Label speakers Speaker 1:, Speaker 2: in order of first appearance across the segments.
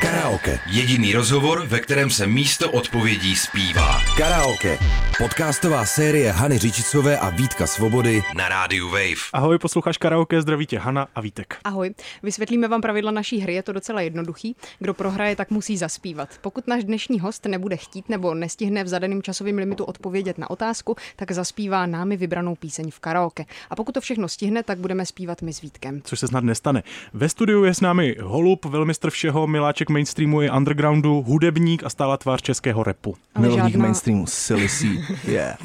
Speaker 1: Karaoke.
Speaker 2: Jediný rozhovor, ve kterém se místo odpovědí zpívá.
Speaker 1: Karaoke. Podcastová série Hany Řičicové a Vítka Svobody
Speaker 2: Na rádiu Wave.
Speaker 3: Ahoj, posluchač karaoke, zdraví tě Hana a Vítek.
Speaker 4: Ahoj, vysvětlíme vám pravidla naší hry, je to docela jednoduchý. Kdo prohraje, tak musí zaspívat. Pokud náš dnešní host nebude chtít nebo nestihne v zadaném časovém limitu odpovědět na otázku, tak zaspívá námi vybranou píseň v karaoke. A pokud to všechno stihne, tak budeme zpívat my s Vítkem.
Speaker 3: Což se snad nestane. Ve studiu je s námi Holub, velmistr všeho, miláček mainstreamu i undergroundu, hudebník a stála tvář českého repu.
Speaker 5: Milovník
Speaker 4: žádná,
Speaker 5: mainstreamu, silly C. Yeah.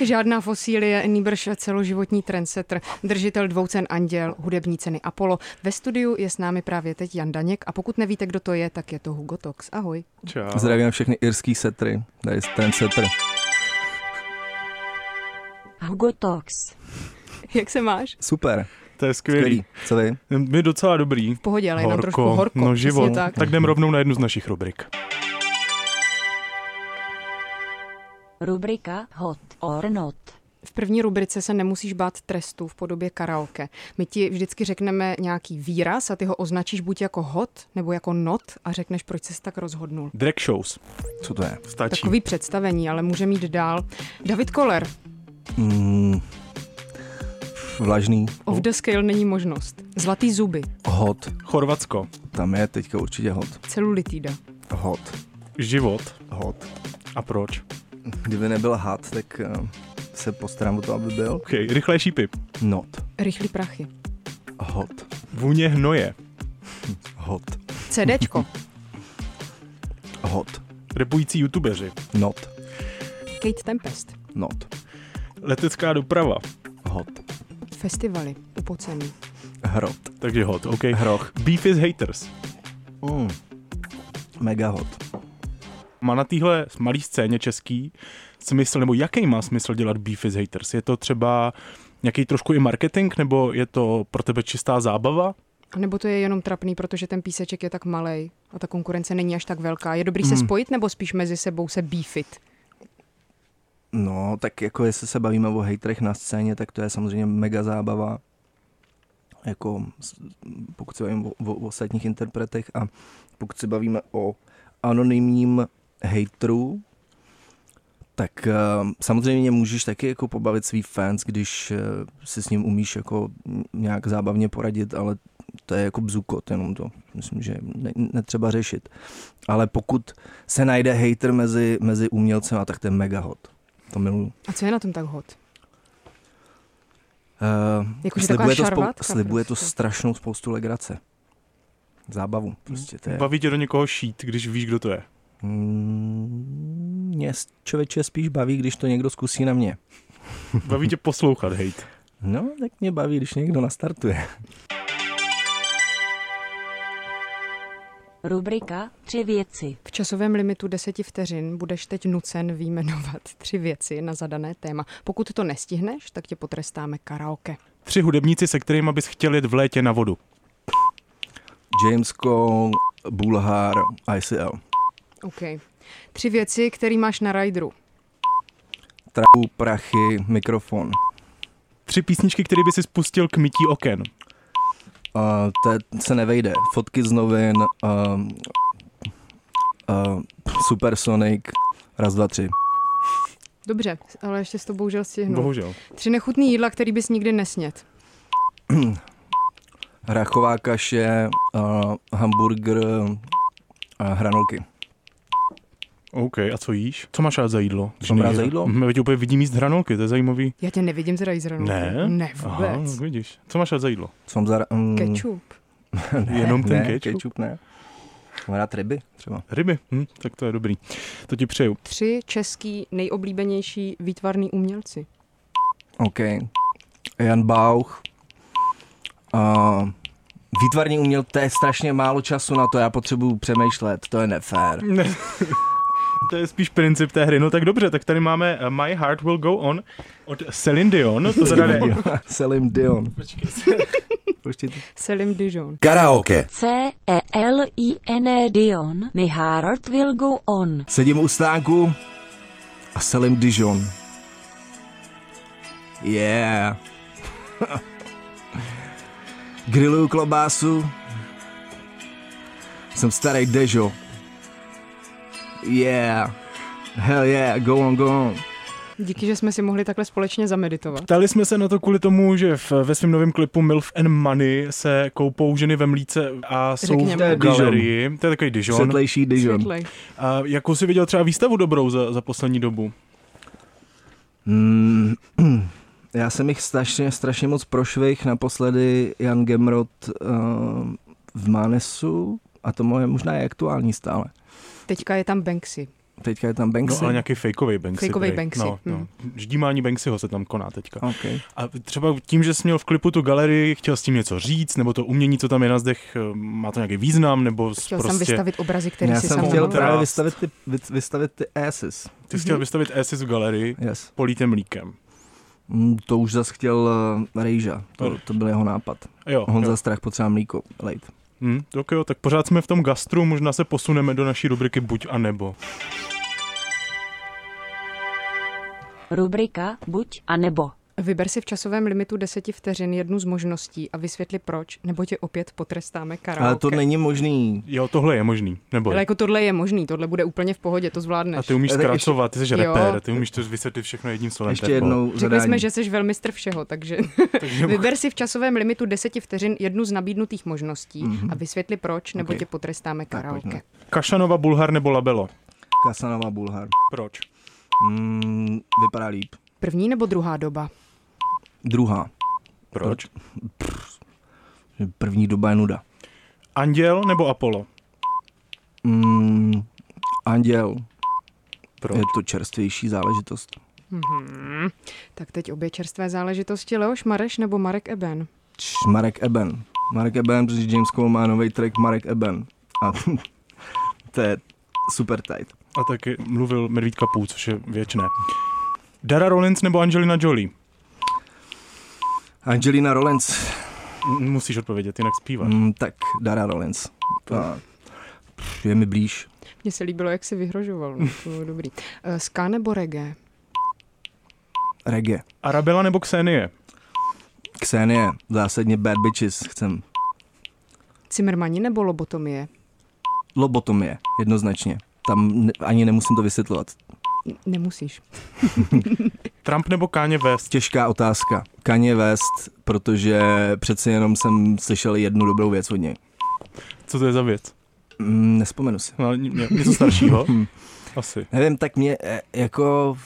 Speaker 4: žádná fosílie, nýbrž celoživotní trendsetter, držitel dvou cen Anděl, hudební ceny Apollo. Ve studiu je s námi právě teď Jan Daněk a pokud nevíte, kdo to je, tak je to Hugo Tox. Ahoj.
Speaker 3: Čau.
Speaker 5: Zdravím všechny irský setry. Tady je ten setr.
Speaker 6: Hugo Talks.
Speaker 4: Jak se máš?
Speaker 5: Super,
Speaker 3: To je skvělý.
Speaker 5: skvělý. Co vy?
Speaker 3: My docela dobrý.
Speaker 4: V pohodě, ale jenom
Speaker 3: horko,
Speaker 4: trošku horko.
Speaker 3: no
Speaker 4: přesně
Speaker 3: život.
Speaker 4: Tak.
Speaker 3: tak jdem rovnou na jednu z našich rubrik.
Speaker 6: Rubrika Hot or Not.
Speaker 4: V první rubrice se nemusíš bát trestu v podobě karaoke. My ti vždycky řekneme nějaký výraz a ty ho označíš buď jako hot nebo jako not a řekneš, proč ses tak rozhodnul.
Speaker 3: Drag shows.
Speaker 5: Co to je?
Speaker 3: Stačí.
Speaker 4: Takový představení, ale může mít dál. David Koller,
Speaker 5: Mm, vlažný,
Speaker 4: off the scale není možnost. Zlatý zuby,
Speaker 5: hot.
Speaker 3: Chorvatsko.
Speaker 5: Tam je teďka určitě hot.
Speaker 4: celulitída.
Speaker 5: Hot,
Speaker 3: Život.
Speaker 5: hot.
Speaker 3: A proč?
Speaker 5: Kdyby nebyl had, tak eh, se postarám o to, aby byl.
Speaker 3: OK, rychlé šípy.
Speaker 5: Not,
Speaker 4: Rychlý prachy.
Speaker 5: hot,
Speaker 3: Vůně hnoje.
Speaker 5: hot,
Speaker 4: CDčko,
Speaker 5: hot.
Speaker 3: Repující youtubeři.
Speaker 5: Not,
Speaker 4: Kate Tempest.
Speaker 5: not,
Speaker 3: Letecká doprava.
Speaker 5: hot.
Speaker 4: Festivaly, upocený.
Speaker 5: Hrot,
Speaker 3: Takže hot, OK.
Speaker 5: hroch.
Speaker 3: Beef is haters.
Speaker 5: Mm. Mega hot.
Speaker 3: Má na téhle malé scéně český smysl, nebo jaký má smysl dělat beef is haters? Je to třeba nějaký trošku i marketing, nebo je to pro tebe čistá zábava?
Speaker 4: A nebo to je jenom trapný, protože ten píseček je tak malý a ta konkurence není až tak velká. Je dobrý se spojit nebo spíš mezi sebou se beefit?
Speaker 5: No, tak jako jestli se bavíme o hejtrech na scéně, tak to je samozřejmě mega zábava. Jako s- pokud se bavíme o, o, o ostatních interpretech a pokud se bavíme o anonymním hejtru, tak eh, samozřejmě můžeš taky jako pobavit svý fans, když eh, si s ním umíš jako nějak zábavně poradit, ale to je jako bzukot, jenom to myslím, že ne, netřeba řešit. Ale pokud se najde hater mezi, mezi umělcema, tak to je mega hot. To miluju.
Speaker 4: A co je na tom tak hot?
Speaker 5: Uh,
Speaker 4: Jakože
Speaker 5: slibuje, to
Speaker 4: Eh, taková
Speaker 5: spou-
Speaker 4: šarvátka
Speaker 5: slibuje to
Speaker 4: prostě.
Speaker 5: strašnou spoustu legrace. Zábavu. Prostě to je.
Speaker 3: Baví tě do někoho šít, když víš, kdo to je.
Speaker 5: Mm, Mě s- člověče spíš baví, když to někdo zkusí na mě.
Speaker 3: Baví tě poslouchat hejt.
Speaker 5: No, tak mě baví, když někdo nastartuje.
Speaker 6: Rubrika Tři věci.
Speaker 4: V časovém limitu 10 vteřin budeš teď nucen výjmenovat tři věci na zadané téma. Pokud to nestihneš, tak tě potrestáme karaoke.
Speaker 3: Tři hudebníci, se kterými bys chtěl jet v létě na vodu.
Speaker 5: James Cole, Bulhár, ICL.
Speaker 4: OK. Tři věci, které máš na rideru.
Speaker 5: Travu, prachy, mikrofon.
Speaker 3: Tři písničky, které by si spustil k mytí oken.
Speaker 5: Uh, to je- se nevejde. Fotky z novin, uh, uh, Supersonic, raz, dva, tři.
Speaker 4: Dobře, ale ještě s to bohužel
Speaker 5: No.
Speaker 4: stihnu.
Speaker 3: Bohužel.
Speaker 4: Tři nechutný jídla, který bys nikdy nesnět.
Speaker 5: Hrachová kaše, uh, hamburger, uh, hranolky.
Speaker 3: OK, a co jíš? Co máš rád za jídlo?
Speaker 5: Co mám rád za jídlo?
Speaker 3: Mhm, já tě úplně vidím jíst hranolky, to je zajímavý.
Speaker 4: Já tě nevidím z rajzranu.
Speaker 3: Ne?
Speaker 4: Ne,
Speaker 3: Aha, no, Hmm.
Speaker 4: vůbec. Aha,
Speaker 3: vidíš. Co máš rád za jídlo?
Speaker 5: Co mám za... Um,
Speaker 4: Kečup.
Speaker 3: Jenom ten
Speaker 5: ne,
Speaker 3: ketchup?
Speaker 5: ketchup? ne. Mám rád ryby třeba.
Speaker 3: Ryby, hm, tak to je dobrý. To ti přeju.
Speaker 4: Tři český nejoblíbenější výtvarný umělci.
Speaker 5: OK. Jan Bauch. Uh, výtvarní uměl, to je strašně málo času na to, já potřebuju přemýšlet, to je nefér.
Speaker 3: Ne. To je spíš princip té hry. No tak dobře, tak tady máme eh, My Heart Will Go On od Celine Dion. To zadane.
Speaker 5: Selim Dion. Počkej.
Speaker 4: Selim Dijon.
Speaker 1: Karaoke.
Speaker 6: C E L I N E Dion. My heart will go on.
Speaker 5: Sedím u stánku a Selim Dijon. Yeah. Grilluju klobásu, Jsem starý Dežo. Yeah. Hell yeah, go on, go on.
Speaker 4: Díky, že jsme si mohli takhle společně zameditovat.
Speaker 3: Ptali jsme se na to kvůli tomu, že v, ve svém novém klipu Milf and Money se koupou ženy ve mlíce a jsou
Speaker 4: Řekněme. To
Speaker 5: je
Speaker 3: v galerii. To je takový Dijon.
Speaker 5: Světlejší Dijon.
Speaker 4: Světlej.
Speaker 3: A jakou si viděl třeba výstavu dobrou za, za poslední dobu?
Speaker 5: Mm, já jsem jich strašně, strašně moc prošvih. Naposledy Jan Gemrod uh, v Mánesu a to moje možná je aktuální stále.
Speaker 4: Teďka je tam Banksy.
Speaker 5: Teďka je tam
Speaker 3: No,
Speaker 5: Banksy.
Speaker 3: ale nějaký fakeový Banksy.
Speaker 4: Fakeový
Speaker 3: prej.
Speaker 4: Banksy,
Speaker 3: No, no.
Speaker 4: hm.
Speaker 3: Ždímání Banksyho se tam koná teďka.
Speaker 5: okay.
Speaker 3: A třeba tím, že jsi měl v klipu tu galerii, chtěl s tím něco říct, nebo to umění, co tam je na zdech, eh, má to nějaký význam, nebo jsi
Speaker 4: Chtěl
Speaker 3: prostě...
Speaker 4: jsem vystavit obrazy, které
Speaker 5: Já
Speaker 4: si
Speaker 5: jsem
Speaker 4: sám
Speaker 5: chtěl
Speaker 4: namaloval.
Speaker 5: právě
Speaker 3: Kontrast.
Speaker 5: vystavit ty, vy- vystavit ty asses.
Speaker 3: Ty jsi chtěl
Speaker 4: Mhm.
Speaker 3: vystavit Esis v galerii,
Speaker 5: Yes.
Speaker 3: políte mlíkem.
Speaker 5: Mm, to už zas chtěl uh, Rejža. To, to byl jeho nápad.
Speaker 3: Jo,
Speaker 5: Honza
Speaker 3: jo.
Speaker 5: Strach potřeba mlíko. Lejt.
Speaker 3: Hm, tak jo, tak pořád jsme v tom gastru, možná se posuneme do naší rubriky buď a nebo.
Speaker 6: Rubrika buď a nebo.
Speaker 4: Vyber si v časovém limitu 10 vteřin jednu z možností a vysvětli proč, nebo tě opět potrestáme karaoke.
Speaker 5: Ale to není možný.
Speaker 3: Jo, tohle je možný, nebo
Speaker 4: Ale jako tohle je možný, tohle bude úplně v pohodě, to zvládneš.
Speaker 3: A ty umíš
Speaker 5: Eh, tak ještě-
Speaker 3: zkracovat, ty jsi
Speaker 4: Jo.
Speaker 3: reper, ty umíš to vysvětlit všechno jedním slovem.
Speaker 5: Ještě
Speaker 3: tak bylo.
Speaker 5: jednou
Speaker 4: Řekli
Speaker 5: zadání.
Speaker 4: jsme, že jsi velmi mistr všeho, takže vyber si v časovém limitu 10 vteřin jednu z nabídnutých možností mm-hmm. a vysvětli proč, nebo okay.
Speaker 5: Mhm. Ok.
Speaker 4: tě potrestáme karaoke.
Speaker 5: pojďme.
Speaker 3: Kašanova, Bulhar nebo Labelo?
Speaker 5: Kasanova Bulhar.
Speaker 3: Proč?
Speaker 5: Mm, vypadá líp.
Speaker 4: První nebo druhá doba?
Speaker 5: Druhá.
Speaker 3: Proč?
Speaker 5: První doba je nuda.
Speaker 3: Anděl nebo Apollo?
Speaker 5: Mm, anděl.
Speaker 3: Proč?
Speaker 5: Je to čerstvější záležitost.
Speaker 4: Tak teď obě čerstvé záležitosti. Leoš Mareš nebo Marek Eben?
Speaker 5: Č, Marek Eben. Marek Eben, protože James Cole má nový track Marek Eben. A to je super tight.
Speaker 3: A taky mluvil Medvídka Pů, což je věčné. Dara Rollins nebo Angelina Jolie?
Speaker 5: Angelina Rollins.
Speaker 3: M- Musíš odpovědět, jinak zpívat.
Speaker 5: Mm, tak, Dara Rollins. A, pff, je mi blíž.
Speaker 4: Mně se líbilo, jak si vyhrožoval. no, To bylo dobrý. Eh, Ska nebo reggae?
Speaker 5: Reggae.
Speaker 3: Arabela nebo Xenie?
Speaker 5: Xenie, zásadně bad bitches chcem.
Speaker 4: Cimrmani nebo lobotomie?
Speaker 5: Lobotomie, jednoznačně. Tam ne, ani nemusím to vysvětlovat.
Speaker 4: N- Nemusíš.
Speaker 3: Trump nebo Káně West?
Speaker 5: Těžká otázka. Kanye West, protože přeci jenom jsem slyšel jednu dobrou věc od něj.
Speaker 3: Co to je za věc?
Speaker 5: Mm, nespomenu si.
Speaker 3: No, ně- ně- něco staršího? Asi.
Speaker 5: Nevím, tak mě eh, jako...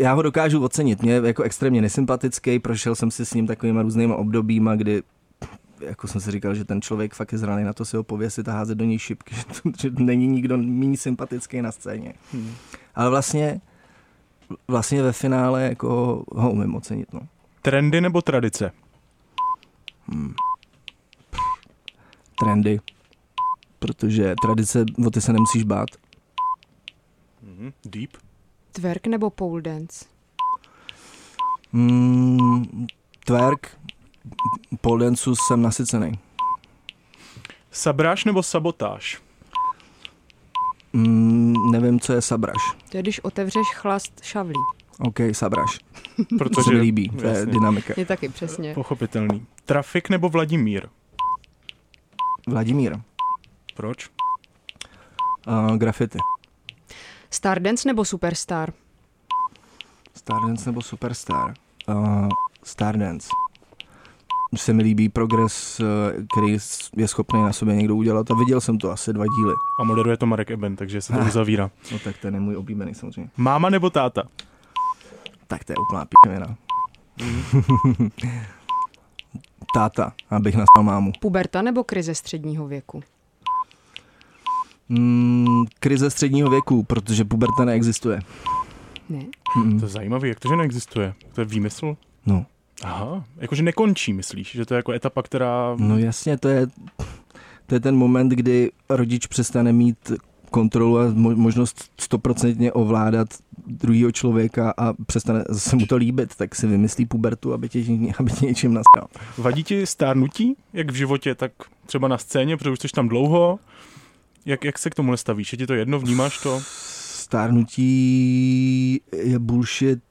Speaker 5: Já ho dokážu ocenit. Mě je jako extrémně nesympatický, prošel jsem si s ním takovýma různýma obdobíma, kdy jako jsem si říkal, že ten člověk fakt je zraný na to si ho pověsit a házet do něj šipky, že, to, že není nikdo méně sympatický na scéně.
Speaker 3: Hmm.
Speaker 5: Hmm. Ale vlastně vlastně ve finále jako ho umím ocenit. No.
Speaker 3: Trendy nebo tradice?
Speaker 5: Trendy. Protože tradice, o ty se nemusíš bát.
Speaker 3: Mhm, Deep.
Speaker 4: Twerk nebo pole dance?
Speaker 5: Mm, twerk, pole danceu jsem nasycený.
Speaker 3: Sabráš nebo sabotáž?
Speaker 5: Mm, nevím, co je sabraš.
Speaker 4: To je, když otevřeš chlast šavlí.
Speaker 5: OK, sabraš. To se
Speaker 3: Protože
Speaker 5: mi líbí, to je
Speaker 3: jasně.
Speaker 5: dynamika.
Speaker 4: Je taky přesně.
Speaker 3: Pochopitelný. Trafik nebo Vladimír?
Speaker 5: Vladimír,
Speaker 3: Proč?
Speaker 5: uh, grafity.
Speaker 4: Stardance nebo superstar?
Speaker 5: Stardance nebo Superstar? Uh, Stardance. Se mi líbí progres, eh, který s- je schopný na sobě někdo udělat a viděl jsem to asi dva díly.
Speaker 3: A moderuje to Marek Eben, takže se to
Speaker 5: Ah.
Speaker 3: uzavírá.
Speaker 5: No tak ten je můj oblíbený samozřejmě.
Speaker 3: Máma nebo táta?
Speaker 5: Tak to je úplná p***vina. Táta, abych nastal mámu.
Speaker 4: Puberta nebo krize středního věku?
Speaker 5: Mm, krize středního věku, protože puberta neexistuje.
Speaker 4: Ne.
Speaker 5: Mm.
Speaker 3: To je zajímavé, jak to, že neexistuje? To je výmysl?
Speaker 5: No.
Speaker 3: Aha, jakože nekončí, myslíš, že to je jako etapa, která...
Speaker 5: No jasně, to je, to je ten moment, kdy rodič přestane mít kontrolu a mo- možnost stoprocentně ovládat druhého člověka a přestane se mu to líbit, tak si vymyslí pubertu, aby tě, aby tě něčím nasral.
Speaker 3: Vadí ti stárnutí, jak v životě, tak třeba na scéně, protože už jsi tam dlouho. Jak, jak se k tomu stavíš? Je ti to jedno, vnímáš to?
Speaker 5: Stárnutí je bullshit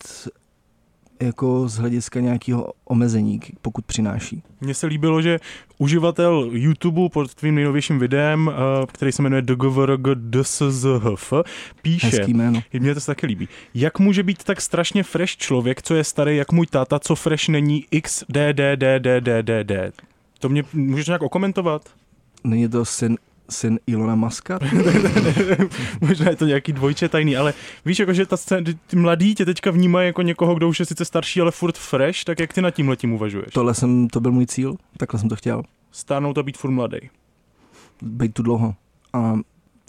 Speaker 5: jako z hlediska nějakého omezení, k- pokud přináší.
Speaker 3: Mně se líbilo, že uživatel YouTube pod tvým nejnovějším videem, eh, který se jmenuje DGVRGDSZHF, píše,
Speaker 5: Hezký jméno.
Speaker 3: mně to se taky líbí, jak může být tak strašně fresh člověk, co je starý, jak můj táta, co fresh není, xdddddd. To mě můžeš nějak okomentovat?
Speaker 5: Není to syn, syn Ilona Maska?
Speaker 3: Možná je to nějaký dvojče tajný, ale víš, jako, že ta scén- ty- ty mladí tě teďka vnímají jako někoho, kdo už je sice starší, ale furt fresh, tak jak ty nad tím letím uvažuješ?
Speaker 5: Tohle jsem, to byl můj cíl, takhle jsem to chtěl.
Speaker 3: Stárnout a být furt mladý.
Speaker 5: Být tu dlouho. A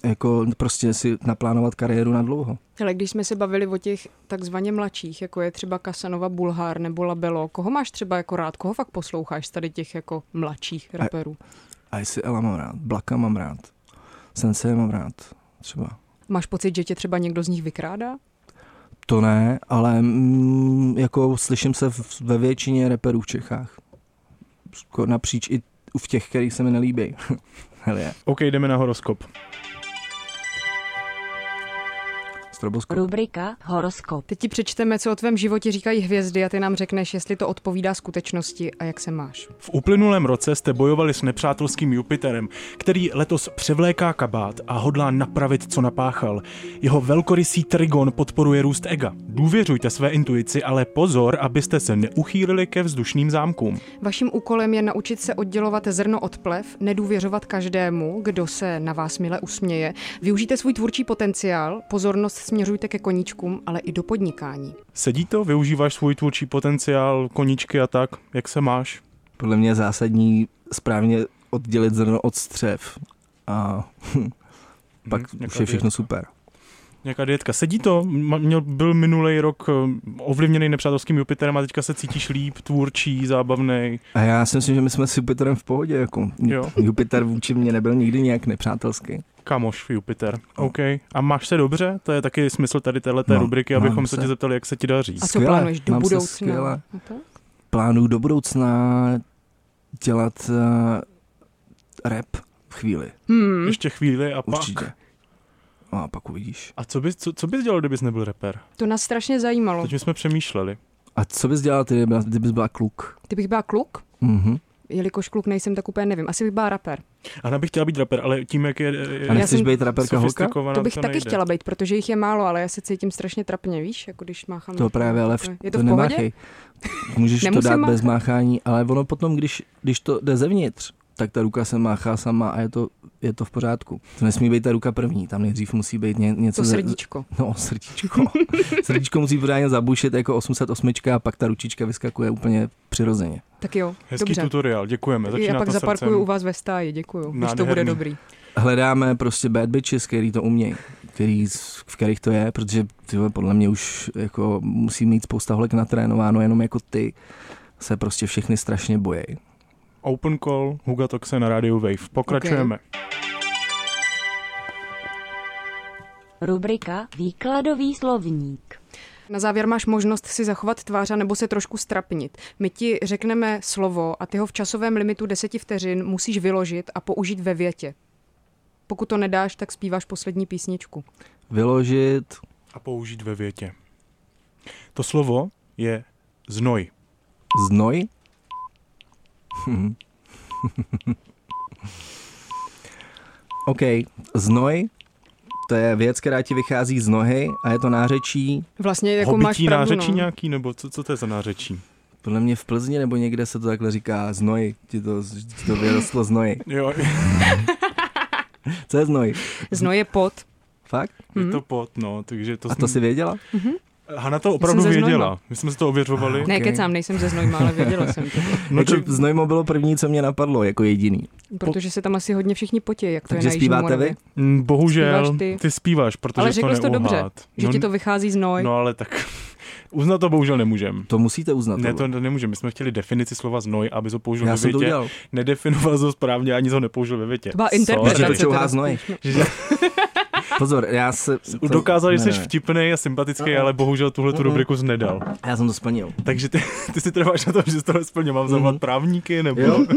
Speaker 5: jako prostě si naplánovat kariéru na dlouho.
Speaker 4: Ale když jsme se bavili o těch takzvaně mladších, jako je třeba Kasanova Bulhár nebo Labelo, koho máš třeba jako rád, koho fakt posloucháš z tady těch jako mladších raperů?
Speaker 5: A jestli Ela mám rád, Blaka mám rád, Sensei mám rád, třeba.
Speaker 4: Máš pocit, že tě třeba někdo z nich vykrádá?
Speaker 5: To ne, ale mm, jako slyším se v- ve většině reperů v Čechách. Skoro Napříč i v těch, kterých se mi nelíbí. Hele, je.
Speaker 3: OK, jdeme na horoskop.
Speaker 5: Stroboskop.
Speaker 6: Rubrika Horoskop.
Speaker 4: Teď ti přečteme, co o tvém životě říkají hvězdy a ty nám řekneš, jestli to odpovídá skutečnosti a jak se máš.
Speaker 3: V uplynulém roce jste bojovali s nepřátelským Jupiterem, který letos převléká kabát a hodlá napravit, co napáchal. Jeho velkorysý trigon podporuje růst ega. Důvěřujte své intuici, ale pozor, abyste se neuchýlili ke vzdušným zámkům.
Speaker 4: Vaším úkolem je naučit se oddělovat zrno od plev, nedůvěřovat každému, kdo se na vás mile usměje. Využijte svůj tvůrčí potenciál, pozornost směřujte ke koníčkům, ale i do podnikání.
Speaker 3: Sedí to? Využíváš svůj tvůrčí potenciál, koničky a tak? Jak se máš?
Speaker 5: Podle mě je zásadní správně oddělit zrno od střev. A pak
Speaker 3: nějaká
Speaker 5: už je všechno super.
Speaker 3: Nějaká dietka. Sedí to? Ma- Měl, byl minulý rok eh, ovlivněný nepřátelským Jupiterem a teďka se cítíš líp, tvůrčí, zábavný.
Speaker 5: A já si myslím, že my jsme s Jupiterem v pohodě. Jako.
Speaker 3: Jo.
Speaker 5: Jupiter vůči mně nebyl nikdy nějak nepřátelský.
Speaker 3: Kamoš Jupiter.
Speaker 5: No.
Speaker 3: OK. A máš se dobře? To je taky smysl tady téhleté
Speaker 5: Mám-
Speaker 3: rubriky,
Speaker 5: No, mám
Speaker 3: abychom se
Speaker 5: se.
Speaker 3: tě zeptali, jak se ti daří.
Speaker 4: A co
Speaker 5: Skvěle,
Speaker 4: plánuješ do
Speaker 5: mám se
Speaker 4: budoucna?
Speaker 5: skvěle.
Speaker 4: No to?
Speaker 5: Plánuju do budoucna dělat uh, rap v chvíli.
Speaker 4: Hmm.
Speaker 3: Ještě chvíli a pak.
Speaker 5: Určitě. No A pak uvidíš.
Speaker 3: A co bys, co, co bys dělal, kdybys nebyl reper?
Speaker 4: To nás strašně zajímalo.
Speaker 3: Teď my jsme přemýšleli.
Speaker 5: A co bys dělala ty, kdyby- kdybys byla kluk?
Speaker 4: Kdybych byla kluk,
Speaker 5: Mhm.
Speaker 4: jelikož kluk nejsem, tak úplně nevím. Asi bych byla rapper.
Speaker 3: Ana bych chtěla být reper, ale tím, jak je, je
Speaker 5: A
Speaker 4: Já
Speaker 5: nechceš
Speaker 4: jsem
Speaker 5: být raperka holka?
Speaker 3: sofistikovaná,
Speaker 4: to bych taky
Speaker 3: nejde.
Speaker 4: chtěla být, protože jich je málo, ale já se cítím strašně trapně, víš, jako když máchám.
Speaker 5: To právě, ale v,
Speaker 4: Je to,
Speaker 5: to
Speaker 4: v pohodě?
Speaker 5: nemáchej. Můžeš to
Speaker 4: Nemusím
Speaker 5: dát
Speaker 4: máchat.
Speaker 5: bez máchání, ale ono potom, když, když to jde zevnitř, tak ta ruka se máchá sama a je to, je to v pořádku. To nesmí být ta ruka první, tam nejdřív musí být ně, něco...
Speaker 4: To
Speaker 5: ze-
Speaker 4: srdíčko.
Speaker 5: No, srdíčko. srdíčko musí pořádně zabušit jako 808 a pak ta ručička vyskakuje úplně přirozeně.
Speaker 4: Tak jo,
Speaker 3: Hezký
Speaker 4: dobře.
Speaker 3: tutoriál, děkujeme. Začíná
Speaker 4: Já pak
Speaker 3: to
Speaker 4: zaparkuju
Speaker 3: srdcem.
Speaker 4: u vás ve stáji, děkuju, když to
Speaker 3: Nádherný.
Speaker 4: bude dobrý.
Speaker 5: Hledáme prostě bad bitches, který to umějí, který, v kterých to je, protože ty vole, podle mě už jako musí mít spousta holek natrénováno, jenom jako ty se prostě všechny strašně bojej.
Speaker 3: Open call, Huga Toxe na Radio Wave. Pokračujeme.
Speaker 6: Rubrika Výkladový slovník.
Speaker 4: Na závěr máš možnost si zachovat tvář a nebo se trošku strapnit. My ti řekneme slovo a ty ho v časovém limitu 10 vteřin musíš vyložit a použít ve větě. Pokud to nedáš, tak zpíváš poslední písničku.
Speaker 5: vyložit.
Speaker 3: A použít ve větě. To slovo je znoj.
Speaker 5: Znoj? Hm. OK, znoj, to je věc, která ti vychází z nohy a je to nářečí.
Speaker 4: Vlastně jako máš
Speaker 3: Hobití
Speaker 4: pravdu,
Speaker 3: nářečí
Speaker 4: no.
Speaker 3: nějaký, nebo co, co to je za nářečí?
Speaker 5: Podle mě v Plzni nebo někde se to takhle říká znoj, ti to, ti to vyrostlo znoj.
Speaker 3: Jo,
Speaker 5: Co je znoj?
Speaker 4: Zno je pot.
Speaker 5: Fakt?
Speaker 3: je
Speaker 4: Hm?
Speaker 3: to pot, no, takže to
Speaker 5: A to
Speaker 3: jsme-
Speaker 5: jsi věděla?
Speaker 3: Hana to opravdu
Speaker 4: ze Znojma.
Speaker 3: věděla. My jsme se to ověřovali.
Speaker 4: Ne,
Speaker 5: Ok.
Speaker 4: kecám, nejsem ze Znojma, ale věděla jsem to.
Speaker 3: No,
Speaker 5: No,
Speaker 3: či-
Speaker 5: jako znojmo bylo první, co mě napadlo, jako jediný.
Speaker 4: Protože se tam asi hodně všichni potí, jak to
Speaker 5: Takže
Speaker 4: je na Jižní
Speaker 5: zpíváte
Speaker 4: Moravě.
Speaker 5: vy?
Speaker 3: Mm, Bohužel,
Speaker 4: Zpíváš
Speaker 3: ty.
Speaker 4: ty.
Speaker 3: zpíváš, protože
Speaker 4: Ale řekl jsi
Speaker 3: to
Speaker 4: to dobře,
Speaker 3: neuhád.
Speaker 4: Že
Speaker 3: no,
Speaker 4: ti to vychází z noj.
Speaker 3: no ale tak uznat to bohužel nemůžem.
Speaker 5: To musíte uznat.
Speaker 3: Ne, to
Speaker 5: tohle.
Speaker 3: nemůžeme. My jsme chtěli definici slova znoj, aby to použil
Speaker 5: Já
Speaker 3: ve
Speaker 5: jsem to
Speaker 3: větě.
Speaker 5: udělal.
Speaker 3: Nedefinoval to správně, ani to nepoužil ve větě.
Speaker 4: To byla
Speaker 3: Sorry.
Speaker 5: Že to
Speaker 4: interpretace.
Speaker 5: čouhá
Speaker 4: teda.
Speaker 5: znoj. Pozor, já se... to-
Speaker 3: Dokázal, že
Speaker 5: ne,
Speaker 3: jsi
Speaker 5: ne, ne.
Speaker 3: vtipný a sympatický, ale bohužel tuhle tu rubriku jsi nedal.
Speaker 5: Já jsem to splnil. Mhm.
Speaker 3: Takže ty, ty si trváš na tom, že jsi tohle splně mám zavolat právníky, nebo
Speaker 5: Jo.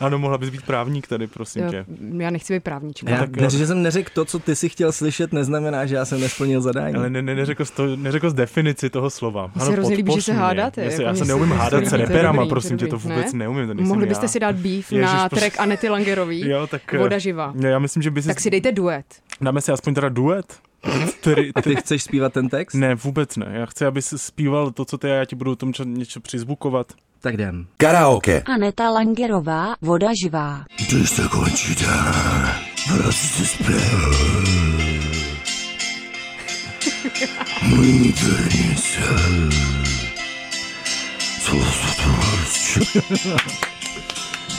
Speaker 3: Ano, mohla bys být právník tady, prosím
Speaker 4: Jo,
Speaker 3: tě.
Speaker 4: Já nechci být právnička.
Speaker 5: Já,
Speaker 3: No tak jo.
Speaker 5: ne, že jsem neřekl to, co ty si chtěl slyšet, neznamená, že já jsem nesplnil zadání.
Speaker 3: Ale ne, ne, neřekl, jsi to, neřekl jsi definici toho slova.
Speaker 4: Hmm. Mně se hrozně líbí, že se
Speaker 3: podpoř mě.
Speaker 4: hádáte.
Speaker 3: Já, se,
Speaker 4: jako
Speaker 3: já
Speaker 4: mně
Speaker 3: se neumím
Speaker 4: mně
Speaker 3: hádat
Speaker 4: líbí,
Speaker 3: s
Speaker 4: to je
Speaker 3: reperama,
Speaker 4: dobrý, je
Speaker 3: prosím tě,
Speaker 4: dobrý.
Speaker 3: to vůbec
Speaker 4: Ne?
Speaker 3: neumím. To nejsem
Speaker 4: Mohli
Speaker 3: já.
Speaker 4: byste si dát beef
Speaker 3: Ježiš,
Speaker 4: na
Speaker 3: prosím.
Speaker 4: track Anety Langerový,
Speaker 3: Jo, tak, eh,
Speaker 4: Voda živá.
Speaker 3: Ne, Já myslím, že by si...
Speaker 4: Tak si dejte duet.
Speaker 3: Dáme si aspoň teda duet. Tedy,
Speaker 5: A ty chceš zpívat ten text?
Speaker 3: ne, vůbec ne. Já chci, aby jsi zpíval to, co ty a já ti budu o tom čo- něco přizvukovat.
Speaker 5: Tak jdem.
Speaker 1: Karaoke.
Speaker 6: Aneta Langerová, voda živá.
Speaker 1: Když se končí den, prostě zpěl. Můj niterní sen. Co se to vlastně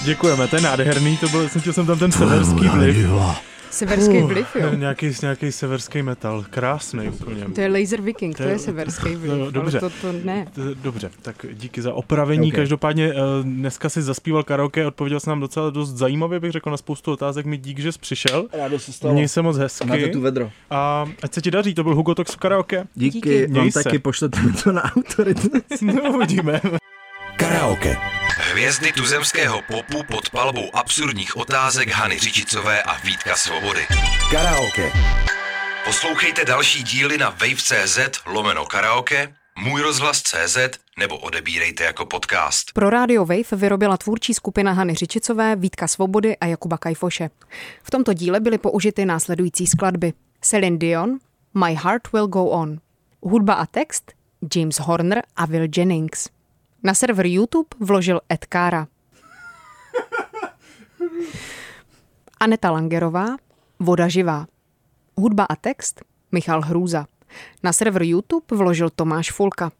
Speaker 3: Děkujeme, to je nádherný, to byl, cítil jsem tam ten severský vliv.
Speaker 1: dělá?
Speaker 4: Severský vliv, jo.
Speaker 3: Nějaký, nějaký severský metal, krásný úplně.
Speaker 4: To je laser viking, to
Speaker 3: To je-
Speaker 4: je severský
Speaker 3: No,
Speaker 4: vliv, ale
Speaker 3: dobře.
Speaker 4: to, to ne.
Speaker 3: D- Dobře, tak díky za opravení.
Speaker 5: Ok.
Speaker 3: Okay. Každopádně eh, dneska si zaspíval karaoke, odpověděl jsi nám docela dost zajímavě, bych řekl na spoustu otázek. Mi dík, že jsi přišel.
Speaker 5: Rádo se
Speaker 3: Měj se moc hezky.
Speaker 5: Máte tu vedro.
Speaker 3: A ať se ti daří, to byl Hugo Tox v karaoke.
Speaker 5: Díky,
Speaker 4: Díky.
Speaker 5: vám
Speaker 3: Měj se.
Speaker 5: taky pošlete mi to na autoritu.
Speaker 3: No, uvidíme.
Speaker 1: Karaoke.
Speaker 2: Hvězdy tuzemského popu pod palbou absurdních otázek Hany Řičicové a Vítka Svobody.
Speaker 1: Karaoke.
Speaker 2: Poslouchejte další díly na wave.cz lomeno karaoke, můj rozhlas.cz nebo odebírejte jako podcast.
Speaker 4: Pro Radio Wave vyrobila tvůrčí skupina Hany Řičicové, Vítka Svobody a Jakuba Kajfoše. V tomto díle byly použity následující skladby. Celine Dion, My Heart Will Go On. Hudba a text James Horner a Will Jennings. Na server YouTube vložil Ed Kára. Aneta Langerová, Voda živá. Hudba a text Michal Hrůza. Na server YouTube vložil Tomáš Fulka.